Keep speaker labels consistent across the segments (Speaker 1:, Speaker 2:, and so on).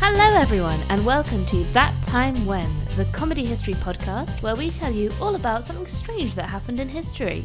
Speaker 1: Hello, everyone, and welcome to That Time When, the comedy history podcast where we tell you all about something strange that happened in history.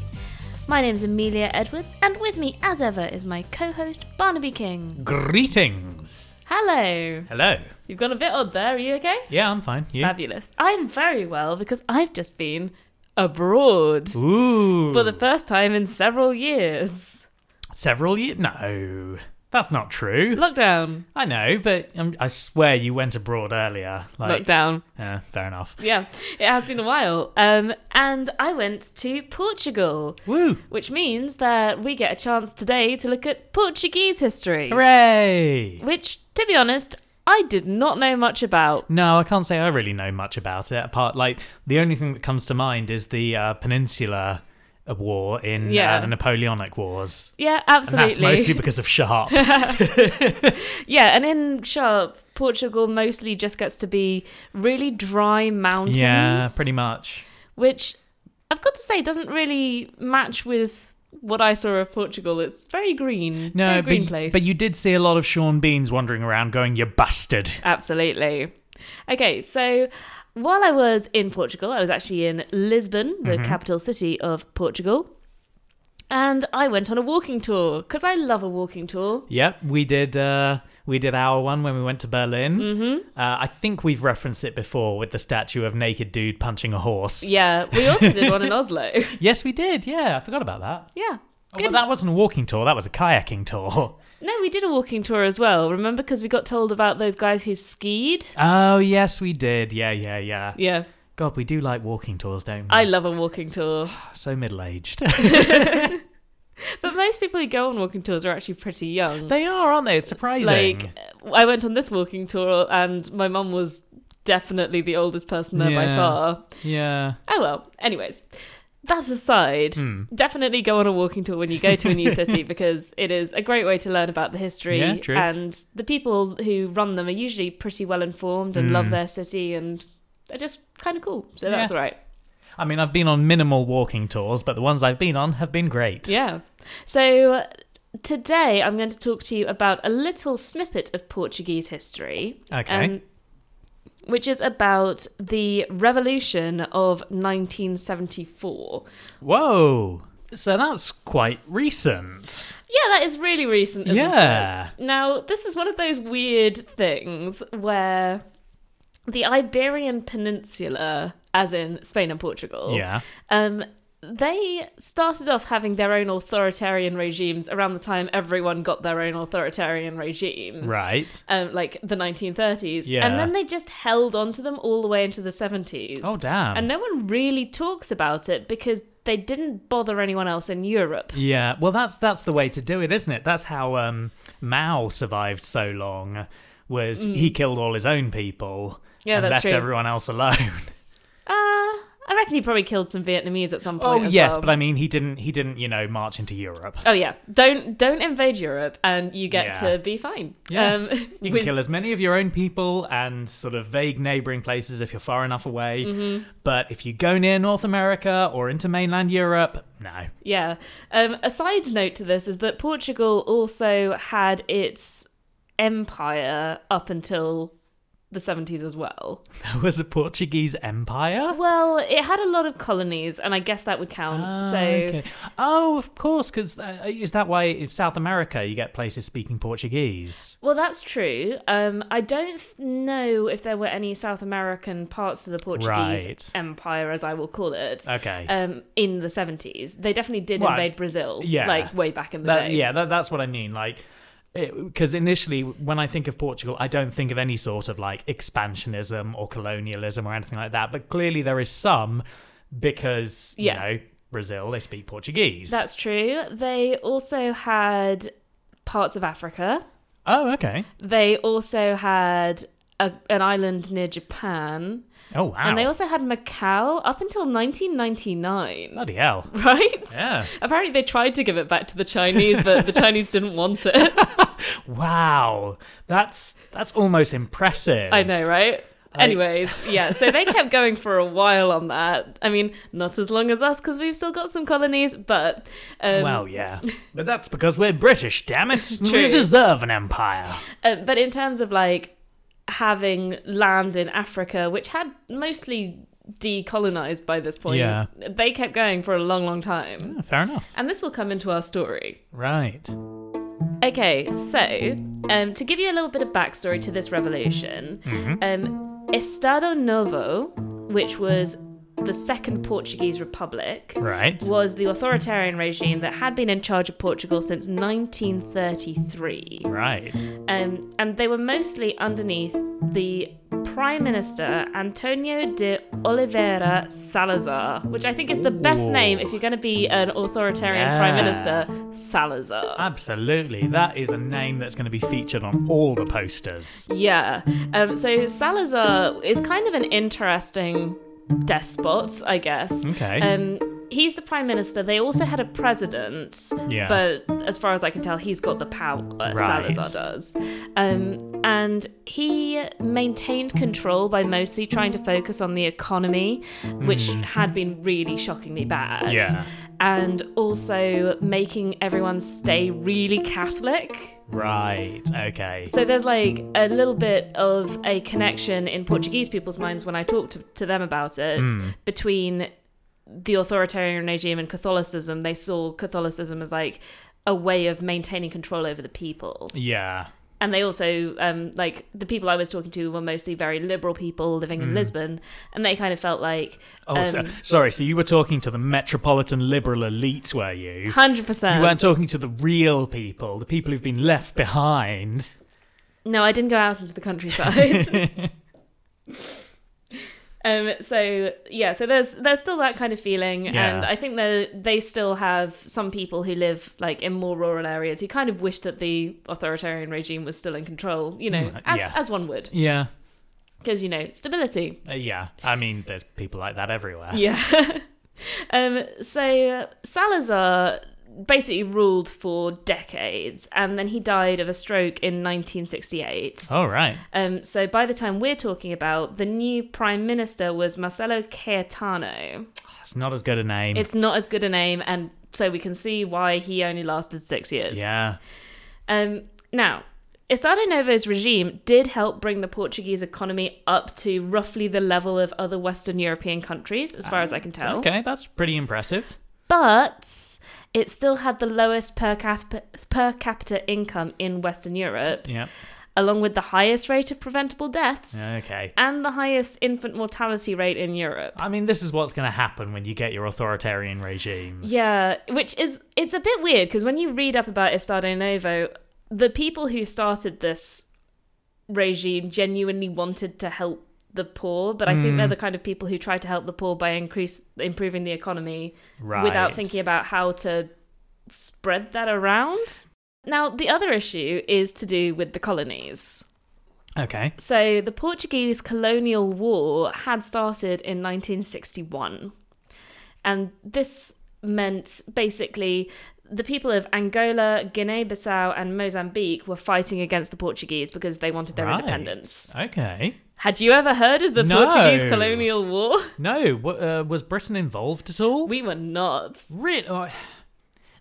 Speaker 1: My name's Amelia Edwards, and with me, as ever, is my co host Barnaby King.
Speaker 2: Greetings.
Speaker 1: Hello!
Speaker 2: Hello.
Speaker 1: You've gone a bit odd there, are you okay?
Speaker 2: Yeah, I'm fine. You?
Speaker 1: Fabulous. I'm very well because I've just been abroad
Speaker 2: Ooh.
Speaker 1: for the first time in several years.
Speaker 2: several years? No, that's not true.
Speaker 1: Lockdown.
Speaker 2: I know, but um, I swear you went abroad earlier. Like,
Speaker 1: Lockdown.
Speaker 2: yeah, fair enough.
Speaker 1: Yeah, it has been a while. Um, and I went to Portugal.
Speaker 2: Woo!
Speaker 1: Which means that we get a chance today to look at Portuguese history,
Speaker 2: Hooray!
Speaker 1: which, to be honest, I did not know much about.
Speaker 2: No, I can't say I really know much about it. Apart, like the only thing that comes to mind is the uh, Peninsula War in
Speaker 1: Yeah.
Speaker 2: uh, the Napoleonic Wars.
Speaker 1: Yeah,
Speaker 2: And
Speaker 1: absolutely.
Speaker 2: that's mostly because of Sharp.
Speaker 1: yeah, and in Sharp, Portugal mostly just gets to be really dry mountains.
Speaker 2: yeah, pretty much.
Speaker 1: Which I've got to say doesn't really match with what I saw of Portugal. It's very green. very green
Speaker 2: but,
Speaker 1: place.
Speaker 2: but you did see a lot of Sean Beans wandering around going, you bastard.
Speaker 1: Absolutely. Okay, so while I was in Portugal, I was actually in Lisbon, the capital city of Portugal. And I went on a walking tour because I love a walking tour.
Speaker 2: Yep, we did. Uh, we did our one when we went to Berlin. Mm-hmm. Uh, I think we've referenced it before with the statue of naked dude punching a horse.
Speaker 1: Yeah, we also did one in Oslo.
Speaker 2: Yes, we did. Yeah, I forgot about that.
Speaker 1: Yeah.
Speaker 2: Oh,
Speaker 1: Good.
Speaker 2: but that wasn't a walking tour. That was a kayaking tour.
Speaker 1: No, we did a walking tour as well. Remember, because we got told about those guys who skied.
Speaker 2: Oh yes, we did. Yeah, yeah, yeah.
Speaker 1: Yeah,
Speaker 2: God, we do like walking tours, don't we?
Speaker 1: I love a walking tour.
Speaker 2: so middle aged.
Speaker 1: But most people who go on walking tours are actually pretty young.
Speaker 2: they are, aren't they? It's surprising.
Speaker 1: like I went on this walking tour and my mum was definitely the oldest person there by
Speaker 2: Yeah.
Speaker 1: far.
Speaker 2: yeah.
Speaker 1: Oh well. Anyways, that aside,
Speaker 2: Hmm.
Speaker 1: definitely go on a walking tour when you go to a new city because it is a great way to learn about the history
Speaker 2: Yeah, true.
Speaker 1: and the people who run them are usually pretty well informed and love their city and they're just kind of cool. So that's
Speaker 2: Hmm. Yeah.
Speaker 1: all right.
Speaker 2: I mean, I've been on minimal walking tours, but the ones I've been on have been great.
Speaker 1: Yeah. So uh, today I'm going to talk to you about a little snippet of Portuguese history. um,
Speaker 2: Okay.
Speaker 1: which is about the revolution of 1974.
Speaker 2: Whoa. So that's quite recent.
Speaker 1: Yeah, that is really recent, isn't
Speaker 2: Yeah.
Speaker 1: it? Now, this is one of those weird things where the Iberian Peninsula, as in Spain and Portugal,
Speaker 2: Yeah.
Speaker 1: um, they started off having their own authoritarian regimes around the time everyone got their own authoritarian regime.
Speaker 2: Right.
Speaker 1: Um, like the 1930s.
Speaker 2: Yeah.
Speaker 1: And then they just held on to them all the way into the 70s.
Speaker 2: Oh damn.
Speaker 1: And no one really talks about it because they didn't bother anyone else in Europe.
Speaker 2: yeah. Well, that's that's the way to do it, isn't it? That's how um, Mao survived so long. Was he killed all his own people
Speaker 1: Mm. Yeah,
Speaker 2: and
Speaker 1: that's
Speaker 2: left
Speaker 1: true.
Speaker 2: everyone else alone?
Speaker 1: Uh, I reckon he probably killed some Vietnamese at some
Speaker 2: oh
Speaker 1: point. as
Speaker 2: yes,
Speaker 1: well.
Speaker 2: but I mean, he didn't. He didn't, you know, march into Europe.
Speaker 1: oh yeah, don't don't invade Europe, and you get
Speaker 2: Yeah.
Speaker 1: to be fine.
Speaker 2: Yeah.
Speaker 1: um,
Speaker 2: You can
Speaker 1: with-
Speaker 2: kill as many of your own people and sort of vague neighboring places if you're far enough away.
Speaker 1: Mm-hmm.
Speaker 2: But if you go near North America or into mainland Europe, no.
Speaker 1: Yeah. Um, a side note to this is that Portugal also had its empire up until the 70s as well.
Speaker 2: There was a Portuguese empire.
Speaker 1: Well, it had a lot of colonies, and I guess that would count.
Speaker 2: Ah,
Speaker 1: so
Speaker 2: okay. oh, of course, because uh, is that why in South America you get places speaking Portuguese?
Speaker 1: Well, that's true. Um, I don't th- know if there were any South American parts to the Portuguese
Speaker 2: Right.
Speaker 1: Empire, as I will call it,
Speaker 2: Okay,
Speaker 1: um, in the 70s. They definitely did
Speaker 2: Well,
Speaker 1: invade Brazil,
Speaker 2: yeah.
Speaker 1: like way back in the
Speaker 2: That-
Speaker 1: day.
Speaker 2: yeah, that, that's what I mean. Like, because initially when I think of Portugal, I don't think of any sort of like expansionism or colonialism or anything like that. But clearly there is some because
Speaker 1: Yeah.
Speaker 2: you know Brazil they speak Portuguese.
Speaker 1: That's true. They also had parts of Africa.
Speaker 2: oh okay.
Speaker 1: They also had a, an island near Japan.
Speaker 2: Oh wow.
Speaker 1: And they also had Macau up until 1999,
Speaker 2: Bloody hell.
Speaker 1: right?
Speaker 2: Yeah.
Speaker 1: Apparently, they tried to give it back to the Chinese, but the Chinese didn't want it.
Speaker 2: Wow. That's that's almost impressive.
Speaker 1: I know, right? Anyways, yeah, so they kept going for a while on that. I mean, not as long as us because we've still got some colonies, but um,
Speaker 2: Well, yeah, but that's because we're British, damn it.
Speaker 1: True. uh,
Speaker 2: We deserve an empire.
Speaker 1: um, but in terms of like having land in Africa, which had mostly decolonized by this point,
Speaker 2: Yeah.
Speaker 1: they kept going for a long, long time.
Speaker 2: Fair enough.
Speaker 1: And this will come into our story.
Speaker 2: Right.
Speaker 1: Okay, so um, to give you a little bit of backstory to this revolution, um, Estado Novo, which was the second Portuguese republic,
Speaker 2: Right.
Speaker 1: was the authoritarian regime that had been in charge of Portugal since 1933.
Speaker 2: Right.
Speaker 1: Um, and they were mostly underneath the Prime Minister Antonio de Oliveira Salazar, which I think is the best
Speaker 2: Ooh.
Speaker 1: name if you're going to be an authoritarian
Speaker 2: Yeah.
Speaker 1: Prime Minister, Salazar.
Speaker 2: Absolutely. That is a name that's going to be featured on all the posters.
Speaker 1: Yeah. Um, so Salazar is kind of an interesting despot, I guess.
Speaker 2: Okay.
Speaker 1: Um, he's the prime minister. They also had a president.
Speaker 2: Yeah.
Speaker 1: But as far as I can tell, he's got the power.
Speaker 2: Right.
Speaker 1: Salazar does. Um, and he maintained control by mostly trying to focus on the economy, which had been really shockingly bad.
Speaker 2: Hmm. Yeah.
Speaker 1: And also making everyone stay really Catholic.
Speaker 2: Right. Okay.
Speaker 1: So there's like a little bit of a connection in Portuguese people's minds when I talk to, to them about it
Speaker 2: Hmm.
Speaker 1: between the authoritarian regime and Catholicism. They saw Catholicism as like a way of maintaining control over the people.
Speaker 2: Yeah.
Speaker 1: And they also, um, like, the people I was talking to were mostly very liberal people living in Lisbon. And they kind of felt like
Speaker 2: Hmm. Oh, so,
Speaker 1: um,
Speaker 2: sorry. So you were talking to the metropolitan liberal elite, were you?
Speaker 1: 100%.
Speaker 2: You weren't talking to the real people, the people who've been left behind.
Speaker 1: No, I didn't go out into the countryside. um. So yeah. So there's there's still that kind of feeling,
Speaker 2: Yeah.
Speaker 1: and I think they they still have some people who live like in more rural areas who kind of wish that the authoritarian regime was still in control. You know,
Speaker 2: Mm,
Speaker 1: as
Speaker 2: yeah.
Speaker 1: as one would,
Speaker 2: Yeah.
Speaker 1: because you know stability.
Speaker 2: Uh, yeah. I mean, there's people like that everywhere.
Speaker 1: Yeah. um. So Salazar basically ruled for decades, and then he died of a stroke in 1968.
Speaker 2: All right.
Speaker 1: Um, so by the time we're talking about, the new prime minister was Marcelo
Speaker 2: Hmm.
Speaker 1: Caetano.
Speaker 2: It's not as good a name.
Speaker 1: It's not as good a name, and so we can see why he only lasted six years.
Speaker 2: yeah.
Speaker 1: Um, now, Estado Novo's regime did help bring the Portuguese economy up to roughly the level of other Western European countries, as far as I can tell.
Speaker 2: Okay. That's pretty impressive.
Speaker 1: But it still had the lowest per capita, per capita income in Western Europe,
Speaker 2: Yeah.
Speaker 1: along with the highest rate of preventable deaths.
Speaker 2: Okay.
Speaker 1: and the highest infant mortality rate in Europe.
Speaker 2: I mean, this is what's going to happen when you get your authoritarian regimes.
Speaker 1: Yeah, which is it's a bit weird because when you read up about Estado Novo, the people who started this regime genuinely wanted to help the poor, but I think they're the kind of people who try to help the poor by increase improving the economy
Speaker 2: Right.
Speaker 1: without thinking about how to spread that around. Now, the other issue is to do with the colonies.
Speaker 2: Okay.
Speaker 1: So the Portuguese colonial war had started in 1961. And this meant basically the people of Angola, Guinea Bissau, and Mozambique were fighting against the Portuguese because they wanted their
Speaker 2: Right.
Speaker 1: independence.
Speaker 2: Okay.
Speaker 1: Had you ever heard of the
Speaker 2: No.
Speaker 1: Portuguese colonial war?
Speaker 2: No, wha- uh, was Britain involved at all?
Speaker 1: We were not.
Speaker 2: Re- uh,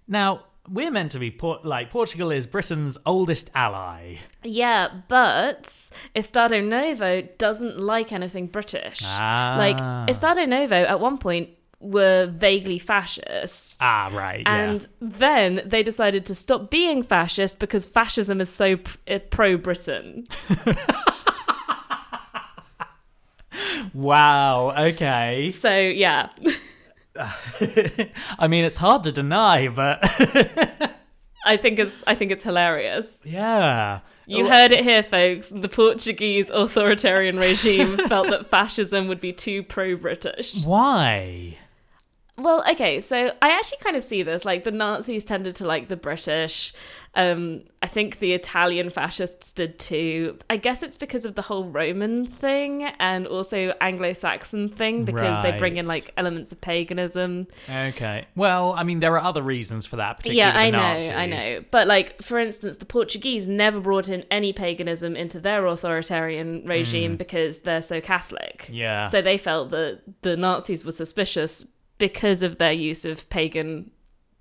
Speaker 2: now we're meant to be port- like Portugal is Britain's oldest ally.
Speaker 1: Yeah, but Estado Novo doesn't like anything British.
Speaker 2: Ah.
Speaker 1: Like, Estado Novo at one point were vaguely fascist.
Speaker 2: Ah, right.
Speaker 1: And then they decided to stop being fascist because fascism is so p- uh, pro Britain.
Speaker 2: yeah. Wow. Okay.
Speaker 1: So, yeah.
Speaker 2: I mean, it's hard to deny, but
Speaker 1: I think it's I think it's hilarious.
Speaker 2: yeah.
Speaker 1: You heard it here folks. The Portuguese authoritarian regime felt that fascism would be too pro-British.
Speaker 2: Why?
Speaker 1: Well, okay, so I actually kind of see this. Like the Nazis tended to like the British. Um, I think the Italian fascists did too. I guess it's because of the whole Roman thing and also Anglo-Saxon thing because they bring in
Speaker 2: Right.
Speaker 1: like elements of paganism.
Speaker 2: Okay. Well, I mean, there are other reasons for that, particularly
Speaker 1: Yeah,
Speaker 2: with
Speaker 1: I know,
Speaker 2: the Nazis.
Speaker 1: I know. But like, for instance, the Portuguese never brought in any paganism into their authoritarian regime because they're so Catholic.
Speaker 2: Mm. Yeah.
Speaker 1: So they felt that the Nazis were suspicious because of their use of pagan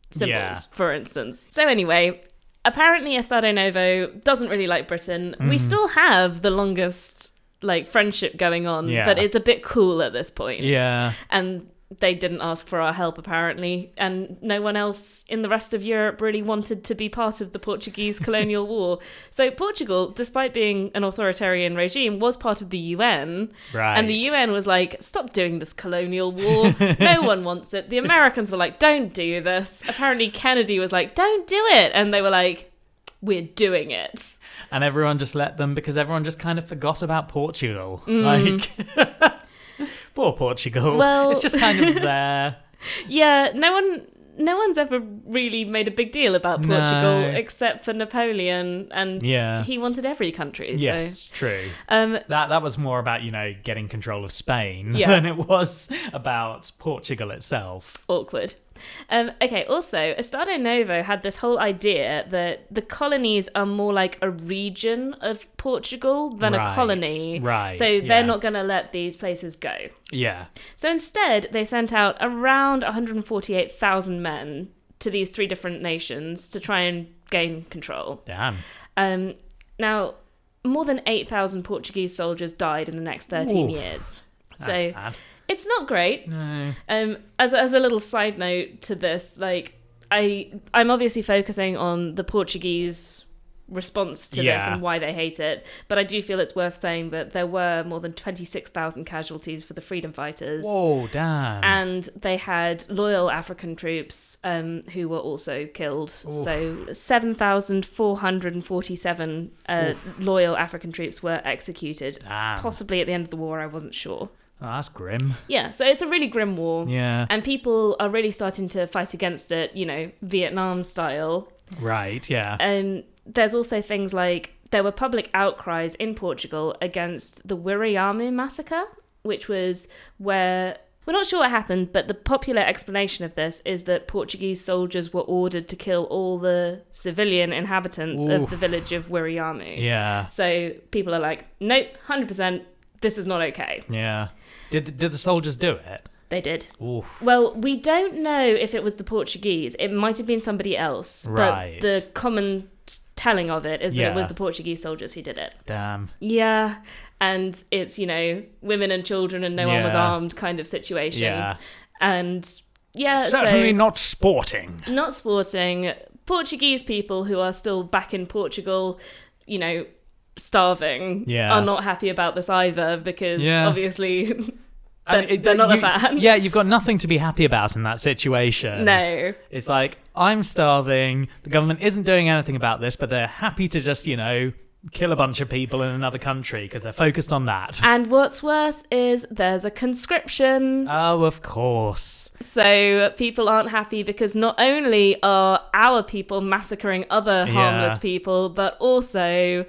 Speaker 1: symbols,
Speaker 2: Yeah.
Speaker 1: for instance. So anyway, apparently Estado Novo doesn't really like Britain.
Speaker 2: Mm-hmm.
Speaker 1: We still have the longest like friendship going on,
Speaker 2: Yeah.
Speaker 1: but it's a bit cool at this point.
Speaker 2: Yeah.
Speaker 1: And they didn't ask for our help apparently, and no one else in the rest of Europe really wanted to be part of the Portuguese colonial war. So Portugal, despite being an authoritarian regime, was part of the UN.
Speaker 2: Right.
Speaker 1: And the UN was like, stop doing this colonial war. No one wants it. The Americans were like, don't do this. Apparently, Kennedy was like, don't do it. And they were like, we're doing it.
Speaker 2: And everyone just let them because everyone just kind of forgot about Portugal. Like, poor Portugal.
Speaker 1: Mm. Well-
Speaker 2: it's just kind of there.
Speaker 1: Yeah, no one. No one's ever really made a big deal about
Speaker 2: No.
Speaker 1: Portugal except for Napoleon, and
Speaker 2: Yeah.
Speaker 1: he wanted every country.
Speaker 2: yes,
Speaker 1: So,
Speaker 2: true.
Speaker 1: um,
Speaker 2: That that was more about you know getting control of Spain
Speaker 1: Yeah.
Speaker 2: than it was about Portugal itself.
Speaker 1: awkward. Um, okay, also, Estado Novo had this whole idea that the colonies are more like a region of Portugal than a
Speaker 2: Right,
Speaker 1: colony.
Speaker 2: right,
Speaker 1: So they're
Speaker 2: yeah.
Speaker 1: not going to let these places go.
Speaker 2: Yeah.
Speaker 1: So instead, they sent out around 148,000 men to these three different nations to try and gain control.
Speaker 2: Damn.
Speaker 1: Um, now, more than 8,000 Portuguese soldiers died in the next 13
Speaker 2: Ooh,
Speaker 1: years.
Speaker 2: That's
Speaker 1: so
Speaker 2: bad.
Speaker 1: it's not great.
Speaker 2: No.
Speaker 1: Um, as as a little side note to this, like I I'm obviously focusing on the Portuguese response to this
Speaker 2: Yeah.
Speaker 1: and why they hate it, but I do feel it's worth saying that there were more than twenty six thousand casualties for the freedom fighters.
Speaker 2: Whoa, damn.
Speaker 1: And they had loyal African troops um, who were also killed. So 7,447 uh, loyal African troops were executed.
Speaker 2: damn.
Speaker 1: Possibly at the end of the war, I wasn't sure.
Speaker 2: Oh, that's grim.
Speaker 1: Yeah, so it's a really grim war
Speaker 2: Yeah.
Speaker 1: and people are really starting to fight against it, you know, Vietnam style.
Speaker 2: right. Yeah.
Speaker 1: Um, there's also things like there were public outcries in Portugal against the Wiriamu massacre, which was where we're not sure what happened, but the popular explanation of this is that Portuguese soldiers were ordered to kill all the civilian inhabitants of
Speaker 2: Oof.
Speaker 1: the village of Wiriamu.
Speaker 2: yeah.
Speaker 1: So people are like, nope, 100%, this is not okay.
Speaker 2: Yeah. Did the, did the soldiers do it?
Speaker 1: They did.
Speaker 2: Oof.
Speaker 1: Well, we don't know if it was the Portuguese. It might have been somebody else.
Speaker 2: Right.
Speaker 1: But the common t- telling of it is that it
Speaker 2: Yeah.
Speaker 1: was the Portuguese soldiers who did it.
Speaker 2: Damn.
Speaker 1: Yeah. And it's, you know, women and children and no one was
Speaker 2: Yeah.
Speaker 1: armed kind of situation.
Speaker 2: Yeah.
Speaker 1: And yeah,
Speaker 2: Certainly
Speaker 1: so
Speaker 2: not sporting.
Speaker 1: not sporting. Portuguese people who are still back in Portugal, you know, starving,
Speaker 2: Yeah.
Speaker 1: are not happy about this either because
Speaker 2: Yeah.
Speaker 1: obviously
Speaker 2: I
Speaker 1: They're- they're not a
Speaker 2: you-
Speaker 1: fan.
Speaker 2: Yeah, you've got nothing to be happy about in that situation.
Speaker 1: no.
Speaker 2: It's like, I'm starving. The government isn't doing anything about this, but they're happy to just, you know, kill a bunch of people in another country because they're focused on that.
Speaker 1: And what's worse is there's a conscription.
Speaker 2: oh, of course.
Speaker 1: So people aren't happy because not only are our people massacring other harmless
Speaker 2: Yeah.
Speaker 1: people, but also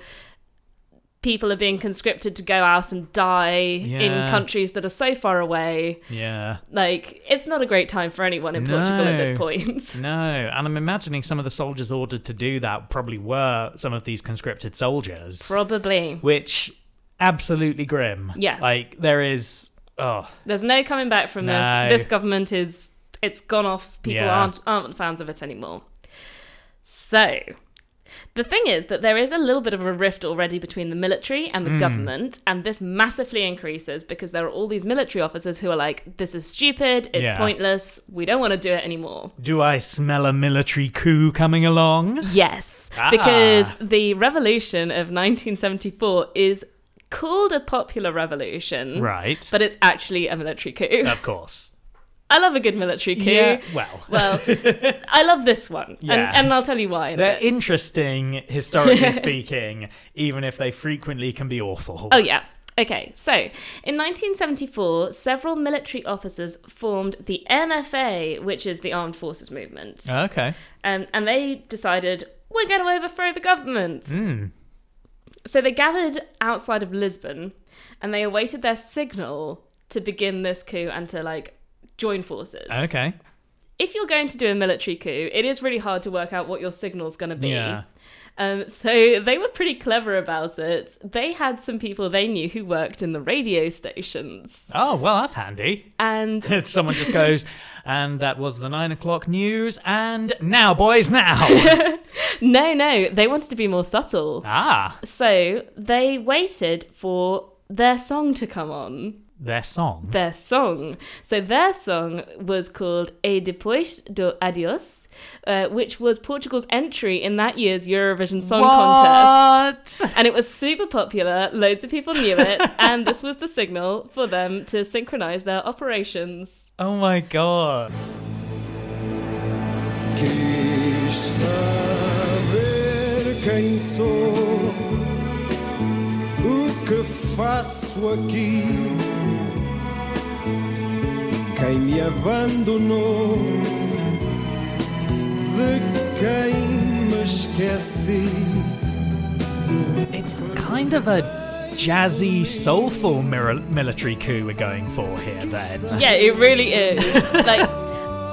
Speaker 1: people are being conscripted to go out and die in
Speaker 2: Yeah.
Speaker 1: countries that are so far away.
Speaker 2: Yeah.
Speaker 1: Like, it's not a great time for anyone in Portugal at this
Speaker 2: No.
Speaker 1: point.
Speaker 2: No, and I'm imagining some of the soldiers ordered to do that probably were some of these conscripted soldiers.
Speaker 1: Probably.
Speaker 2: which absolutely grim.
Speaker 1: Yeah.
Speaker 2: Like there is oh
Speaker 1: There's no coming back from
Speaker 2: No.
Speaker 1: this. This government is it's gone off. People
Speaker 2: Yeah.
Speaker 1: aren't aren't fans of it anymore. So the thing is that there is a little bit of a rift already between the military and the
Speaker 2: Hmm.
Speaker 1: government, and this massively increases because there are all these military officers who are like, "This is stupid. It's
Speaker 2: Yeah.
Speaker 1: pointless. We don't want to do it anymore."
Speaker 2: do I smell a military coup coming along?
Speaker 1: Yes,
Speaker 2: Ah.
Speaker 1: because the revolution of 1974 is called a popular revolution,
Speaker 2: Right.
Speaker 1: but it's actually a military coup.
Speaker 2: of course.
Speaker 1: I love a good military coup.
Speaker 2: Yeah. Well,
Speaker 1: Well, I love this one,
Speaker 2: Yeah.
Speaker 1: and, and I'll tell you why. in a
Speaker 2: they're
Speaker 1: bit.
Speaker 2: interesting historically speaking, even if they frequently can be awful.
Speaker 1: Oh yeah. Okay, so in 1974, several military officers formed the MFA, which is the Armed Forces Movement,
Speaker 2: Okay.
Speaker 1: um, and they decided we're going to overthrow the government.
Speaker 2: Hmm.
Speaker 1: So they gathered outside of Lisbon, and they awaited their signal to begin this coup and to like join forces.
Speaker 2: Okay.
Speaker 1: If you're going to do a military coup, it is really hard to work out what your signal's going to be.
Speaker 2: Yeah.
Speaker 1: Um, so they were pretty clever about it. They had some people they knew who worked in the radio stations.
Speaker 2: Oh, well, that's handy.
Speaker 1: And
Speaker 2: Someone just goes, and that was the nine o'clock news, and now, boys, now.
Speaker 1: no, no, they wanted to be more subtle.
Speaker 2: ah,
Speaker 1: So they waited for their song to come on.
Speaker 2: their song.
Speaker 1: Their song. So their song was called E Depois do Adios, uh, which was Portugal's entry in that year's Eurovision Song Contest.
Speaker 2: What?
Speaker 1: And it was super popular. Loads of people knew it. and this was the signal for them to synchronize their operations.
Speaker 2: Oh my god.
Speaker 3: Quis saber quem sou, o que faço aqui, quem me abandonou, de quem me esqueci.
Speaker 2: It's kind of a jazzy, soulful mir- military coup we're going for here, then.
Speaker 1: Yeah, it really is. like,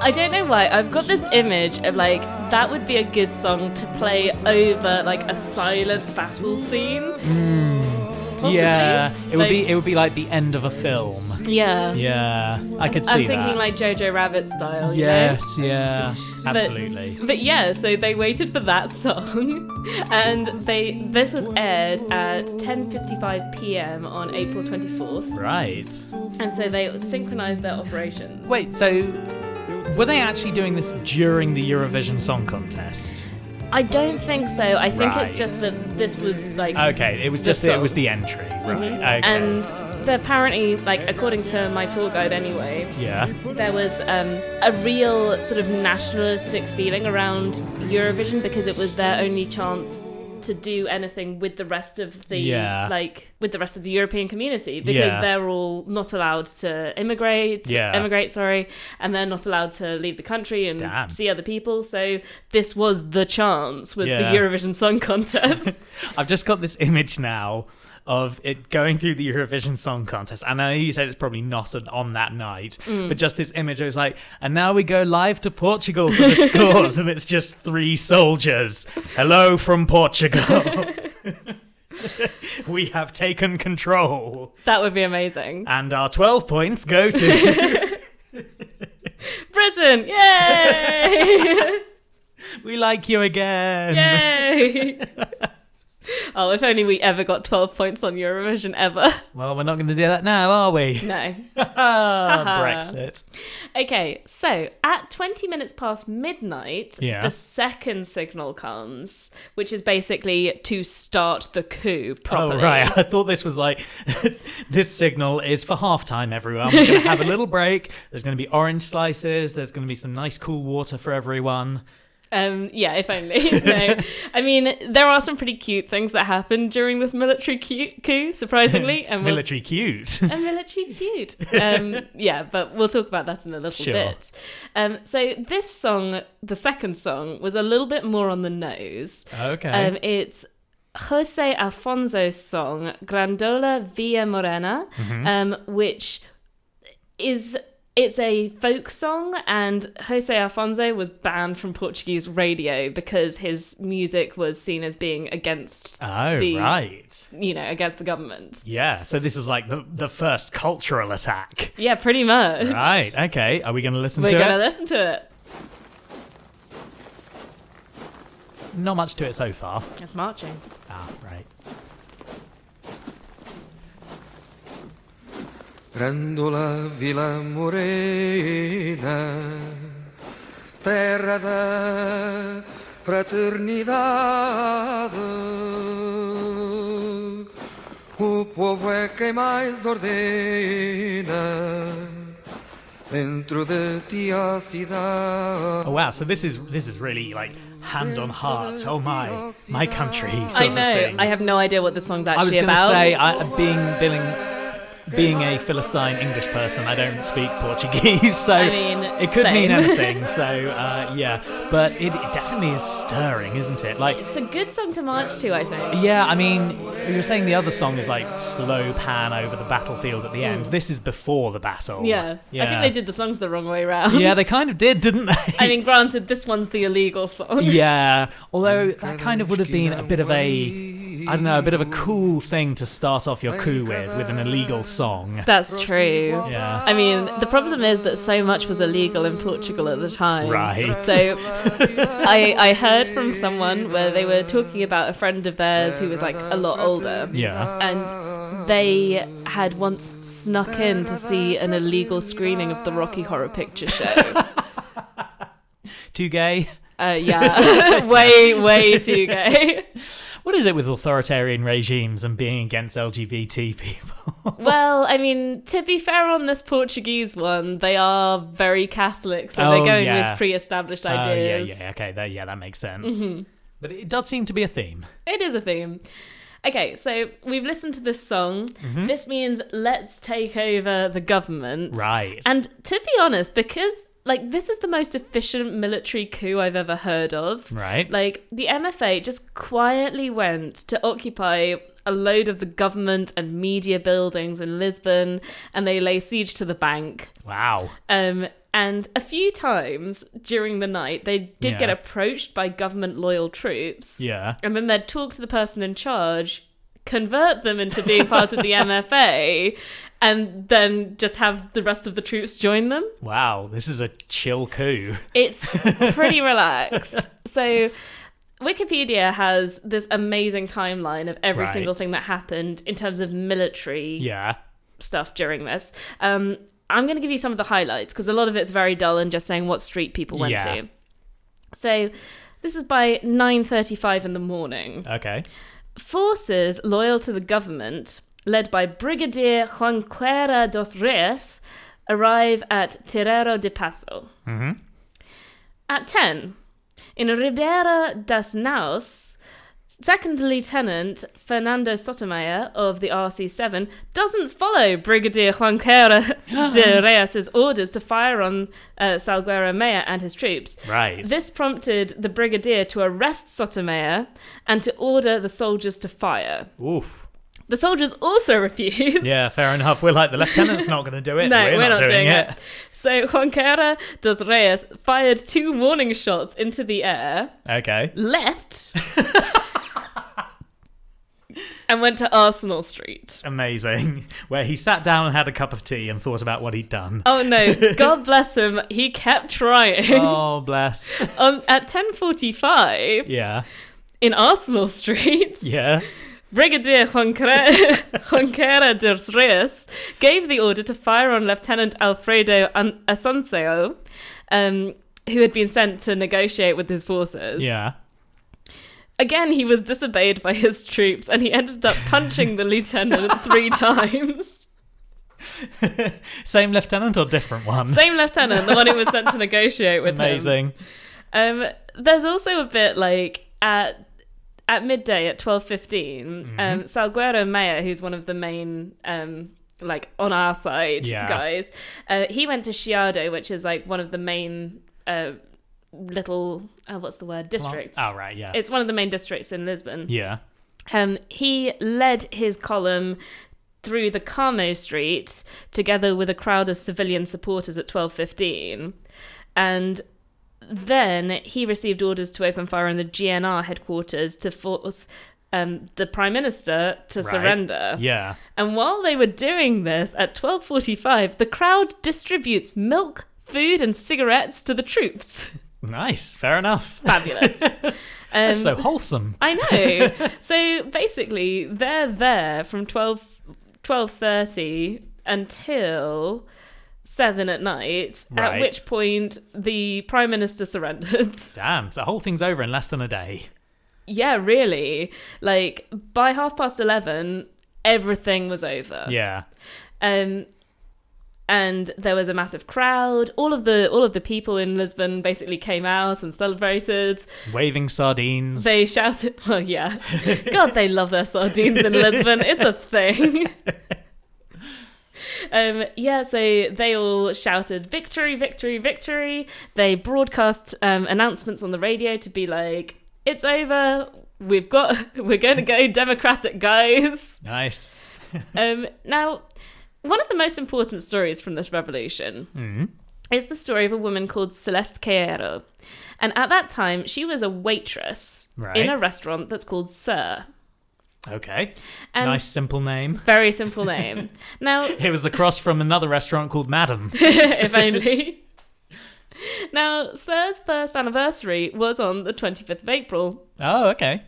Speaker 1: I don't know why. I've got this image of like, that would be a good song to play over like a silent battle scene. Possibly.
Speaker 2: Hmm. Yeah, it would
Speaker 1: Like,
Speaker 2: be it would be like the end of a film.
Speaker 1: Yeah.
Speaker 2: Yeah, I could see
Speaker 1: I'm thinking
Speaker 2: that.
Speaker 1: like Jojo Rabbit style. you know?
Speaker 2: yes, yeah,
Speaker 1: But-
Speaker 2: absolutely.
Speaker 1: But, yeah, so they waited for that song, and they this was aired at 10:55 p.m. on April 24th,
Speaker 2: right.
Speaker 1: and so they synchronized their operations.
Speaker 2: Wait, so were they actually doing this during the Eurovision Song Contest?
Speaker 1: I don't think so. I think it's
Speaker 2: Right.
Speaker 1: just that this was like,
Speaker 2: Okay, it was just
Speaker 1: The Mm-hmm.
Speaker 2: it was the entry, right? Okay.
Speaker 1: and they apparently like according to my tour guide anyway,
Speaker 2: yeah.
Speaker 1: there was um, a real sort of nationalistic feeling around Eurovision because it was their only chance to do anything with the rest of the
Speaker 2: Yeah.
Speaker 1: like with the rest of the European community because
Speaker 2: Yeah.
Speaker 1: they're all not allowed to immigrate
Speaker 2: Yeah.
Speaker 1: emigrate sorry and they're not allowed to leave the country and
Speaker 2: Damn.
Speaker 1: see other people so this was the chance was the
Speaker 2: Yeah.
Speaker 1: Eurovision Song Contest
Speaker 2: I've just got this image now of it going through the Eurovision Song Contest. And I know you said it's probably not an- on that night, but just this image was like, and now we go live to Portugal for the scores, and it's just three soldiers. Hello from Portugal. we have taken control,
Speaker 1: that would be amazing
Speaker 2: and our 12 points go to.
Speaker 1: Britain yay
Speaker 2: we like you again.
Speaker 1: Yay! oh, if only we ever got 12 points on Eurovision ever.
Speaker 2: Well, we're not going to do that now, are we?
Speaker 1: No.
Speaker 2: Brexit.
Speaker 1: Okay, so at 20 minutes past midnight,
Speaker 2: Yeah.
Speaker 1: the second signal comes, which is basically to start the coup properly.
Speaker 2: Oh right, I thought this was like this signal is for halftime. Everyone, we're gonna have a little break. There's gonna be orange slices. There's gonna be some nice cool water for everyone.
Speaker 1: Um, yeah, if only. No. I mean, there are some pretty cute things that happened during this military cu- coup, surprisingly. And we'll,
Speaker 2: Military cute.
Speaker 1: a military feud. Um, yeah, but we'll talk about that in a little
Speaker 2: Sure.
Speaker 1: bit. Um, so this song, the second song, was a little bit more on the nose.
Speaker 2: okay.
Speaker 1: Um, it's Jose Alfonso's song "Grandola Villa Morena,"
Speaker 2: Mm-hmm.
Speaker 1: um, which is it's a folk song, and Jose Alfonso was banned from Portuguese radio because his music was seen as being against,
Speaker 2: oh
Speaker 1: the-
Speaker 2: right.
Speaker 1: you know, against the government.
Speaker 2: Yeah. So this is like the the first cultural attack.
Speaker 1: Yeah, pretty much.
Speaker 2: Right. Okay. Are we gonna listen
Speaker 1: We're
Speaker 2: to
Speaker 1: gonna
Speaker 2: it?
Speaker 1: listen to it.
Speaker 2: Not much to it so far.
Speaker 1: It's marching.
Speaker 2: Ah, right.
Speaker 3: Grandola Vila Morena, terra da fraternidade. O povo é quem mais ordena dentro de ti a cidade.
Speaker 2: Oh wow. So this is this is really like hand on heart. Oh my, my country. Sort
Speaker 1: I
Speaker 2: of
Speaker 1: know.
Speaker 2: thing.
Speaker 1: I have no idea what the song's
Speaker 2: I was
Speaker 1: actually
Speaker 2: going to
Speaker 1: about.
Speaker 2: say, I, being, being, being a Philistine English person, I don't speak Portuguese, so
Speaker 1: I mean,
Speaker 2: it could mean
Speaker 1: same.
Speaker 2: anything. So uh, yeah, but it, it definitely is stirring, isn't it? Like
Speaker 1: It's a good song to march to, I think.
Speaker 2: yeah, I mean, you were saying the other song is like slow pan over the battlefield at the end. This is before the battle.
Speaker 1: Mm. Yeah. I think they did the songs the wrong way round.
Speaker 2: Yeah, they kind of did, didn't they?
Speaker 1: I mean, granted, this one's the illegal song.
Speaker 2: yeah, although that kind of would have been a bit of a, I don't know, a bit of a cool thing to start off your coup with, with an illegal song.
Speaker 1: That's true.
Speaker 2: Yeah.
Speaker 1: I mean, the problem is that so much was illegal in Portugal at the time.
Speaker 2: Right.
Speaker 1: So I, I heard from someone where they were talking about a friend of theirs who was like a lot older.
Speaker 2: Yeah.
Speaker 1: And they had once snuck in to see an illegal screening of the Rocky Horror Picture Show.
Speaker 2: Too gay?
Speaker 1: Uh, yeah. way, way too gay.
Speaker 2: What is it with authoritarian regimes and being against LGBT people?
Speaker 1: Well, I mean, to be fair on this Portuguese one, they are very Catholic, so
Speaker 2: Oh,
Speaker 1: they're going
Speaker 2: yeah.
Speaker 1: with pre established
Speaker 2: Oh, yeah,
Speaker 1: ideas.
Speaker 2: yeah, okay, that, yeah, that makes sense. But it does seem to be a theme.
Speaker 1: It is a theme. Okay, so we've listened to this song.
Speaker 2: Mm-hmm.
Speaker 1: This means let's take over the government.
Speaker 2: Right.
Speaker 1: And to be honest, because like this is the most efficient military coup I've ever heard of.
Speaker 2: Right.
Speaker 1: Like the MFA just quietly went to occupy a load of the government and media buildings in Lisbon and they lay siege to the bank.
Speaker 2: Wow.
Speaker 1: Um, and a few times during the night, they did
Speaker 2: Yeah.
Speaker 1: get approached by government loyal troops.
Speaker 2: Yeah.
Speaker 1: And then they'd talk to the person in charge, convert them into being part of the MFA, and then just have the rest of the troops join them.
Speaker 2: Wow. This is a chill coup.
Speaker 1: It's pretty relaxed. So. Wikipedia has this amazing timeline of every
Speaker 2: Right.
Speaker 1: single thing that happened in terms of military
Speaker 2: Yeah.
Speaker 1: stuff during this. Um, I'm going to give you some of the highlights because a lot of it's very dull and just saying what street people went
Speaker 2: Yeah.
Speaker 1: to. So this is by 9:35 in the morning.
Speaker 2: Okay.
Speaker 1: Forces loyal to the government, led by Brigadier Juanquera dos Reis, arrive at Tirero de Paso. At 10, in Ribera das Naus, Second Lieutenant Fernando Sotomayor of the RC7 doesn't follow Brigadier Juanquera de Reyes' orders to fire on uh, Salguero Mayor and his troops.
Speaker 2: Right.
Speaker 1: This prompted the brigadier to arrest Sotomayor and to order the soldiers to fire.
Speaker 2: Oof.
Speaker 1: The soldiers also refused.
Speaker 2: Yeah, fair enough. We're like, the lieutenant's not going to do it.
Speaker 1: No,
Speaker 2: we're, not, doing, it.
Speaker 1: So Juanquera dos Reyes fired two warning shots into the air,
Speaker 2: Okay.
Speaker 1: left, and went to Arsenal Street.
Speaker 2: Amazing. Where he sat down and had a cup of tea and thought about what he'd done.
Speaker 1: Oh no, God bless him, he kept trying.
Speaker 2: Oh, bless.
Speaker 1: On, at 10.45
Speaker 2: Yeah.
Speaker 1: in Arsenal Street,
Speaker 2: Yeah.
Speaker 1: Brigadier Juanquera, Juanquera dos Reis gave the order to fire on Lieutenant Alfredo An- Asensio, um, who had been sent to negotiate with his forces.
Speaker 2: Yeah.
Speaker 1: Again, he was disobeyed by his troops and he ended up punching the lieutenant three times.
Speaker 2: Same lieutenant or different one?
Speaker 1: Same lieutenant, the one who was sent to negotiate with him.
Speaker 2: Amazing.
Speaker 1: Um, there's also a bit like at at midday at twelve
Speaker 2: Mm-hmm.
Speaker 1: Um, Salguero Mayer, who's one of the main um, like on our side
Speaker 2: Yeah.
Speaker 1: guys, uh, he went to Chiado, which is like one of the main uh, little uh, what's the word districts.
Speaker 2: Oh, right. Yeah.
Speaker 1: It's one of the main districts in Lisbon.
Speaker 2: yeah.
Speaker 1: Um, he led his column through the Carmo Street together with a crowd of civilian supporters at 12:15, and then he received orders to open fire on the GNR headquarters to force um, the Prime Minister to
Speaker 2: Right.
Speaker 1: surrender.
Speaker 2: Yeah.
Speaker 1: And while they were doing this, at 12:45, the crowd distributes milk, food, and cigarettes to the troops.
Speaker 2: Nice. Fair enough.
Speaker 1: Fabulous. Um,
Speaker 2: so wholesome.
Speaker 1: I know. so basically, they're there from 12, 12.30 until 7 at night, at
Speaker 2: Right.
Speaker 1: which point the Prime Minister surrendered.
Speaker 2: Damn. So the whole thing's over in less than a day.
Speaker 1: yeah, really. Like, by half past 11, everything was over.
Speaker 2: Yeah.
Speaker 1: Um, and there was a massive crowd. All of the all of the people in Lisbon basically came out and celebrated.
Speaker 2: Waving sardines.
Speaker 1: They shouted, well, yeah. God, they love their sardines in Lisbon. It's a thing. Um, yeah, so they all shouted victory, victory, victory. They broadcast um, announcements on the radio to be like, it's over. We've got, we're going to go democratic, guys.
Speaker 2: Nice.
Speaker 1: Um, now, one of the most important stories from this revolution
Speaker 2: Hmm.
Speaker 1: is the story of a woman called Celeste Caero. And at that time, she was a waitress
Speaker 2: Right.
Speaker 1: in a restaurant that's called Sir.
Speaker 2: Okay.
Speaker 1: And
Speaker 2: nice simple name.
Speaker 1: Very simple name. now,
Speaker 2: It was across from another restaurant called Madam.
Speaker 1: if only. Now, Sir's first anniversary was on the 25th of April,
Speaker 2: Oh, okay.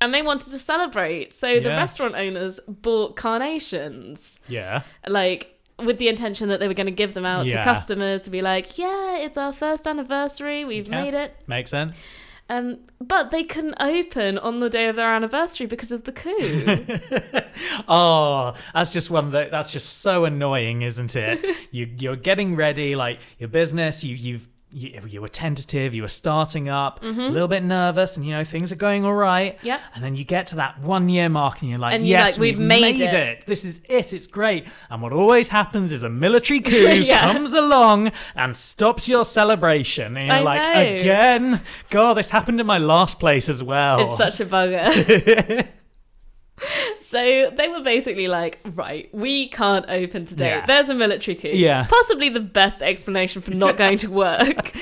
Speaker 1: and they wanted to celebrate. So the
Speaker 2: Yeah.
Speaker 1: restaurant owners bought carnations.
Speaker 2: Yeah.
Speaker 1: like with the intention that they were going to give them out to
Speaker 2: Yeah.
Speaker 1: customers to be like, yeah, it's our first anniversary, we've
Speaker 2: Yeah.
Speaker 1: made it.
Speaker 2: Makes sense.
Speaker 1: Um, but they couldn't open on the day of their anniversary because of the coup.
Speaker 2: Oh, that's just one that that's just so annoying, isn't it? you you're getting ready, like your business, you you've you, you were tentative, you were starting up, a little bit nervous, and you know things are going all right.
Speaker 1: Mm-hmm. Yep.
Speaker 2: And then you get to that one year mark, and you're like,
Speaker 1: And you're
Speaker 2: yes,
Speaker 1: like, "We've made it."
Speaker 2: This is it. It's great. And what always happens is a military coup
Speaker 1: Yeah.
Speaker 2: comes along and stops your celebration, and you're
Speaker 1: I
Speaker 2: like,
Speaker 1: know.
Speaker 2: again, God, this happened in my last place as well.
Speaker 1: it's such a bugger. so they were basically like, right, we can't open today.
Speaker 2: Yeah.
Speaker 1: There's a military coup.
Speaker 2: Yeah.
Speaker 1: Possibly the best explanation for not going to work.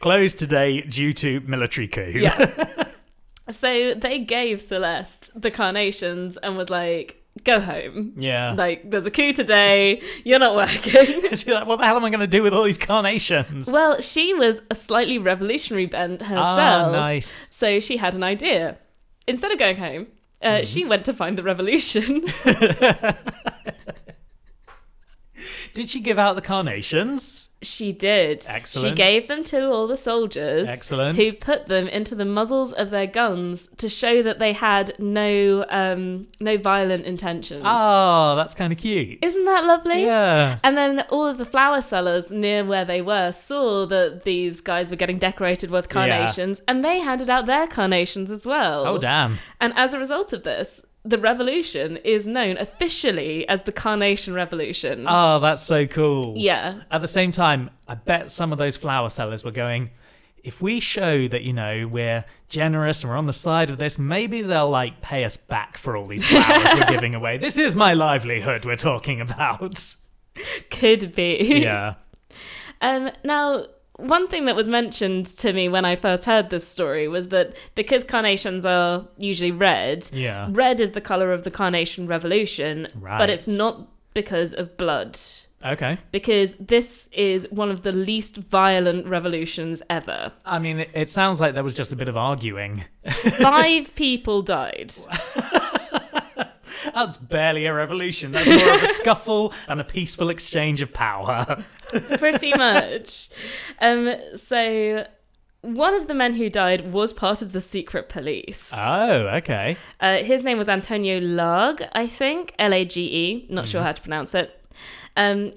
Speaker 2: closed today due to military coup.
Speaker 1: yeah. So they gave Celeste the carnations and was like, go home.
Speaker 2: Yeah.
Speaker 1: like there's a coup today you're not working
Speaker 2: She's like, what the hell am I going to do with all these carnations?
Speaker 1: well she was a slightly revolutionary bent herself
Speaker 2: ah, nice.
Speaker 1: so she had an idea instead of going home uh,
Speaker 2: Mm-hmm.
Speaker 1: she went to find the revolution
Speaker 2: Did she give out the carnations?
Speaker 1: she did she
Speaker 2: Excellent.
Speaker 1: gave them to all the soldiers
Speaker 2: Excellent.
Speaker 1: who put them into the muzzles of their guns to show that they had no um no violent intentions
Speaker 2: Oh, that's kind of cute.
Speaker 1: isn't that lovely
Speaker 2: yeah.
Speaker 1: And then all of the flower sellers near where they were saw that these guys were getting decorated with carnations and they handed out their carnations as well.
Speaker 2: Oh, damn.
Speaker 1: And as a result of this, the revolution is known officially as the Carnation Revolution.
Speaker 2: Oh, that's so cool.
Speaker 1: yeah.
Speaker 2: At the same time, I bet some of those flower sellers were going, if we show that, you know, we're generous and we're on the side of this, maybe they'll like pay us back for all these flowers we're giving away. This is my livelihood we're talking about.
Speaker 1: Could be.
Speaker 2: Yeah.
Speaker 1: Um, now, one thing that was mentioned to me when I first heard this story was that because carnations are usually red,
Speaker 2: Yeah.
Speaker 1: red is the color of the Carnation Revolution, but
Speaker 2: Right.
Speaker 1: it's not because of blood.
Speaker 2: Okay.
Speaker 1: Because this is one of the least violent revolutions ever.
Speaker 2: I mean, it- it sounds like there was just a bit of arguing.
Speaker 1: Five people died.
Speaker 2: That's barely a revolution. That's more of a scuffle and a peaceful exchange of power.
Speaker 1: pretty much. Um, so one of the men who died was part of the secret police.
Speaker 2: Oh, okay.
Speaker 1: Uh, his name was Antonio Lage, I think, L A G E. Not sure how to pronounce it. Um,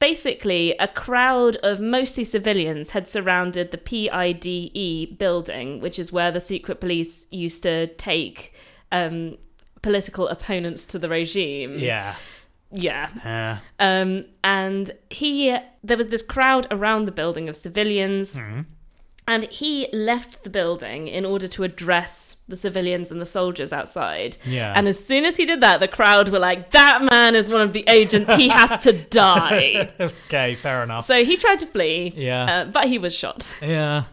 Speaker 1: basically, a crowd of mostly civilians had surrounded the PIDE E building, which is where the secret police used to take. Um, political opponents to the regime
Speaker 2: Yeah.
Speaker 1: yeah
Speaker 2: Uh,
Speaker 1: um, and he, there was this crowd around the building of civilians,
Speaker 2: Hmm.
Speaker 1: and he left the building in order to address the civilians and the soldiers outside.
Speaker 2: Yeah.
Speaker 1: And as soon as he did that, the crowd were like, "That man is one of the agents. He has to die."
Speaker 2: okay, fair enough.
Speaker 1: so he tried to flee.
Speaker 2: Yeah.
Speaker 1: uh, but he was shot.
Speaker 2: yeah.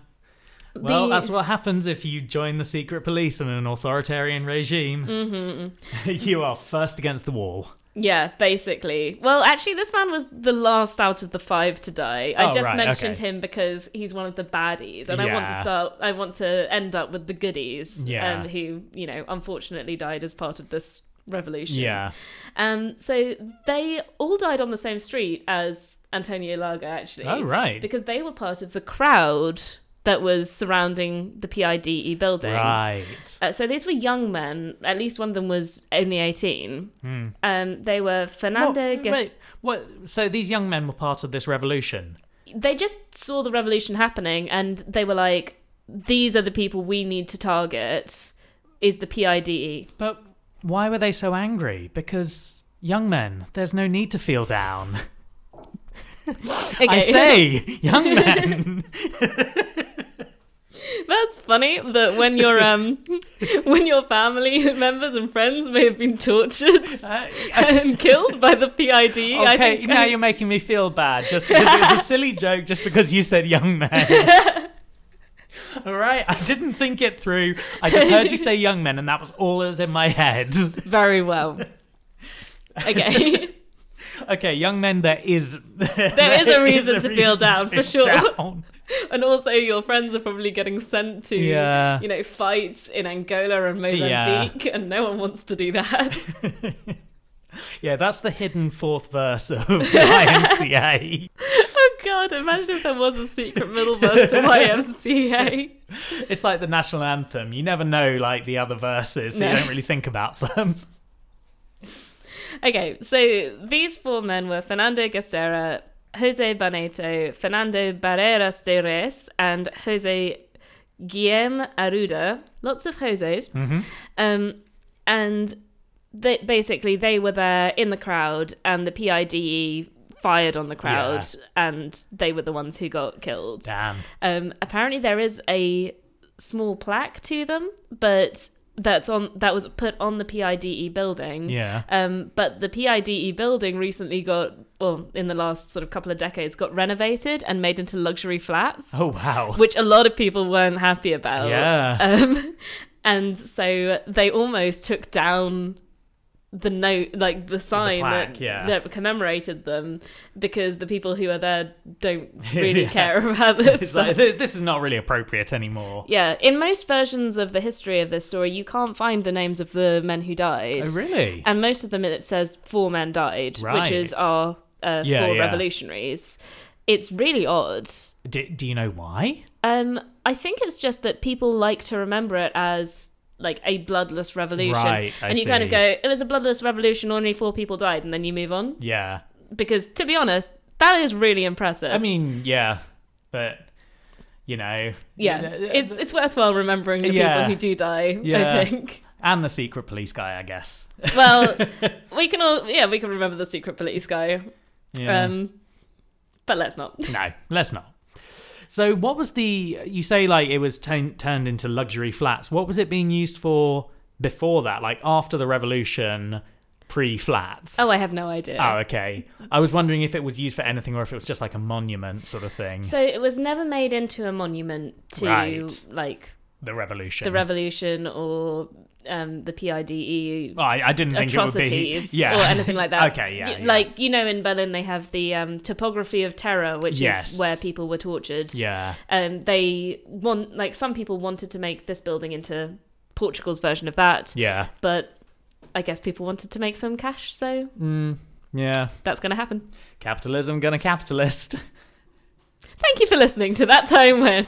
Speaker 2: Well,
Speaker 1: The-
Speaker 2: that's what happens if you join the secret police in an authoritarian regime.
Speaker 1: Mm-hmm.
Speaker 2: you are first against the wall.
Speaker 1: Yeah, basically. Well, actually, this man was the last out of the five to die. I
Speaker 2: Oh,
Speaker 1: just
Speaker 2: right,
Speaker 1: mentioned
Speaker 2: okay.
Speaker 1: him because he's one of the baddies, and I want to
Speaker 2: Yeah.
Speaker 1: start. I want to end up with the goodies,
Speaker 2: Yeah.
Speaker 1: um, who you know unfortunately died as part of this revolution.
Speaker 2: Yeah.
Speaker 1: Um. So they all died on the same street as Antonio Laga, actually.
Speaker 2: Oh, right.
Speaker 1: Because they were part of the crowd that was surrounding the PIDE E building.
Speaker 2: Right.
Speaker 1: Uh, so these were young men. At least one of them was only eighteen.
Speaker 2: Hmm.
Speaker 1: Um, they were Fernando.
Speaker 2: What-
Speaker 1: Gas-
Speaker 2: wait, what, so these young men were part of this revolution.
Speaker 1: They just saw the revolution happening, and they were like, "These are the people we need to target." Is the PIDE?
Speaker 2: But why were they so angry? Because Young men, there's no need to feel down.
Speaker 1: Okay.
Speaker 2: I say, young men.
Speaker 1: That's funny that when your um when your family members and friends may have been tortured
Speaker 2: Uh,
Speaker 1: and killed by the PID. I
Speaker 2: okay,
Speaker 1: think
Speaker 2: now you're making me feel bad just because it was a silly joke, just because you said young men. All right, I didn't think it through. I just heard you say young men, and that was all that was in my head.
Speaker 1: very well. Okay.
Speaker 2: Okay, young men, there is there,
Speaker 1: is a reason to feel down, for sure.
Speaker 2: down.
Speaker 1: and also your friends are probably getting sent to
Speaker 2: Yeah.
Speaker 1: you know fights in Angola and Mozambique and no one wants to do that.
Speaker 2: Yeah, that's the hidden fourth verse of YMCA.
Speaker 1: oh god, imagine if there was a secret middle verse to YMCA.
Speaker 2: it's like the national anthem. You never know, like the other verses, so you
Speaker 1: No.
Speaker 2: don't really think about them.
Speaker 1: Okay, so these four men were Fernando Gastera, Jose Barneto, Fernando Barreras de Res, and Jose Guillem Aruda. Lots of Jose's. Um, and they, basically, they were there in the crowd, and the PIDE E fired on the crowd, and they were the ones who got killed.
Speaker 2: Damn.
Speaker 1: Um, apparently, there is a small plaque to them, but that's on that was put on the PIDE E building.
Speaker 2: Yeah.
Speaker 1: Um, but the PIDE building recently got, well, in the last sort of couple of decades, got renovated and made into luxury flats,
Speaker 2: Oh wow.
Speaker 1: which a lot of people weren't happy about.
Speaker 2: Yeah.
Speaker 1: Um, and so they almost took down the note, like the sign
Speaker 2: plaque,
Speaker 1: that,
Speaker 2: yeah.
Speaker 1: that commemorated them, because the people who are there don't really
Speaker 2: Yeah.
Speaker 1: care about this.
Speaker 2: It's like, this, this is not really appropriate anymore.
Speaker 1: yeah, in most versions of the history of this story, you can't find the names of the men who died.
Speaker 2: Oh, really?
Speaker 1: And most of them it says four men died, which
Speaker 2: Right.
Speaker 1: is our uh,
Speaker 2: Yeah,
Speaker 1: four
Speaker 2: yeah.
Speaker 1: revolutionaries. It's really odd.
Speaker 2: Do, do you know why?
Speaker 1: Um, I think it's just that people like to remember it as like a bloodless revolution,
Speaker 2: Right, I
Speaker 1: and you kind of
Speaker 2: see.
Speaker 1: go, "It was a bloodless revolution. Only four people died," and then you move on.
Speaker 2: Yeah.
Speaker 1: Because to be honest, that is really impressive.
Speaker 2: I mean, yeah, but you know,
Speaker 1: yeah, it's it's worthwhile remembering the
Speaker 2: Yeah.
Speaker 1: people who do die. I
Speaker 2: Yeah.
Speaker 1: think.
Speaker 2: and the secret police guy, I guess.
Speaker 1: Well, we can all yeah we can remember the secret police guy,
Speaker 2: Yeah.
Speaker 1: um, but let's not.
Speaker 2: no, let's not. So, what was the? You say like it was turn turned into luxury flats. What was it being used for before that? Like after the revolution, pre-flats.
Speaker 1: Oh, I have no idea.
Speaker 2: Oh, okay. I was wondering if it was used for anything or if it was just like a monument sort of thing.
Speaker 1: So it was never made into a monument to
Speaker 2: Right. Mm.
Speaker 1: like
Speaker 2: the revolution.
Speaker 1: the revolution or um, the PIDE
Speaker 2: Oh, I, I didn't think it would be.
Speaker 1: E atrocities
Speaker 2: Yeah.
Speaker 1: or anything like that.
Speaker 2: okay. Yeah.
Speaker 1: Y-
Speaker 2: yeah.
Speaker 1: Like you know, in Berlin they have the um, topography of terror, which is
Speaker 2: Yes.
Speaker 1: where people were tortured.
Speaker 2: Yeah.
Speaker 1: Um, they want like some people wanted to make this building into Portugal's version of that,
Speaker 2: Yeah.
Speaker 1: but I guess people wanted to make some cash, so
Speaker 2: Yeah.
Speaker 1: that's going to happen.
Speaker 2: Capitalism gonna capitalist.
Speaker 1: Thank you for listening to that time when.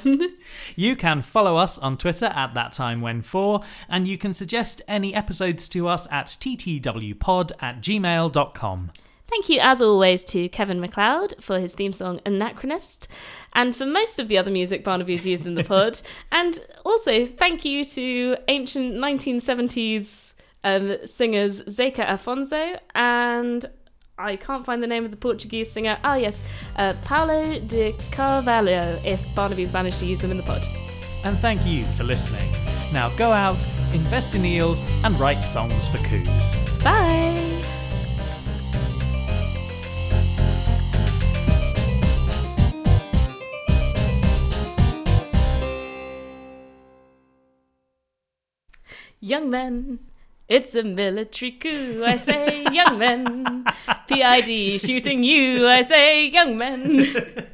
Speaker 2: You can follow us on Twitter at that time when four, and you can suggest any episodes to us at ttwpod at gmail.com.
Speaker 1: Thank you, as always, to Kevin McLeod for his theme song Anachronist, and for most of the other music Barnaby's used in the pod. and also, thank you to ancient 1970s um, singers Zeca Afonso and I can't find the name of the Portuguese singer. Ah, yes, uh, Paulo de Carvalho, if Barnaby's managed to use them in the pod.
Speaker 2: And thank you for listening. Now go out, invest in eels, and write songs for coos.
Speaker 1: Bye! Young men, it's a military coup. I say, young men, PID shooting you. I say, young men.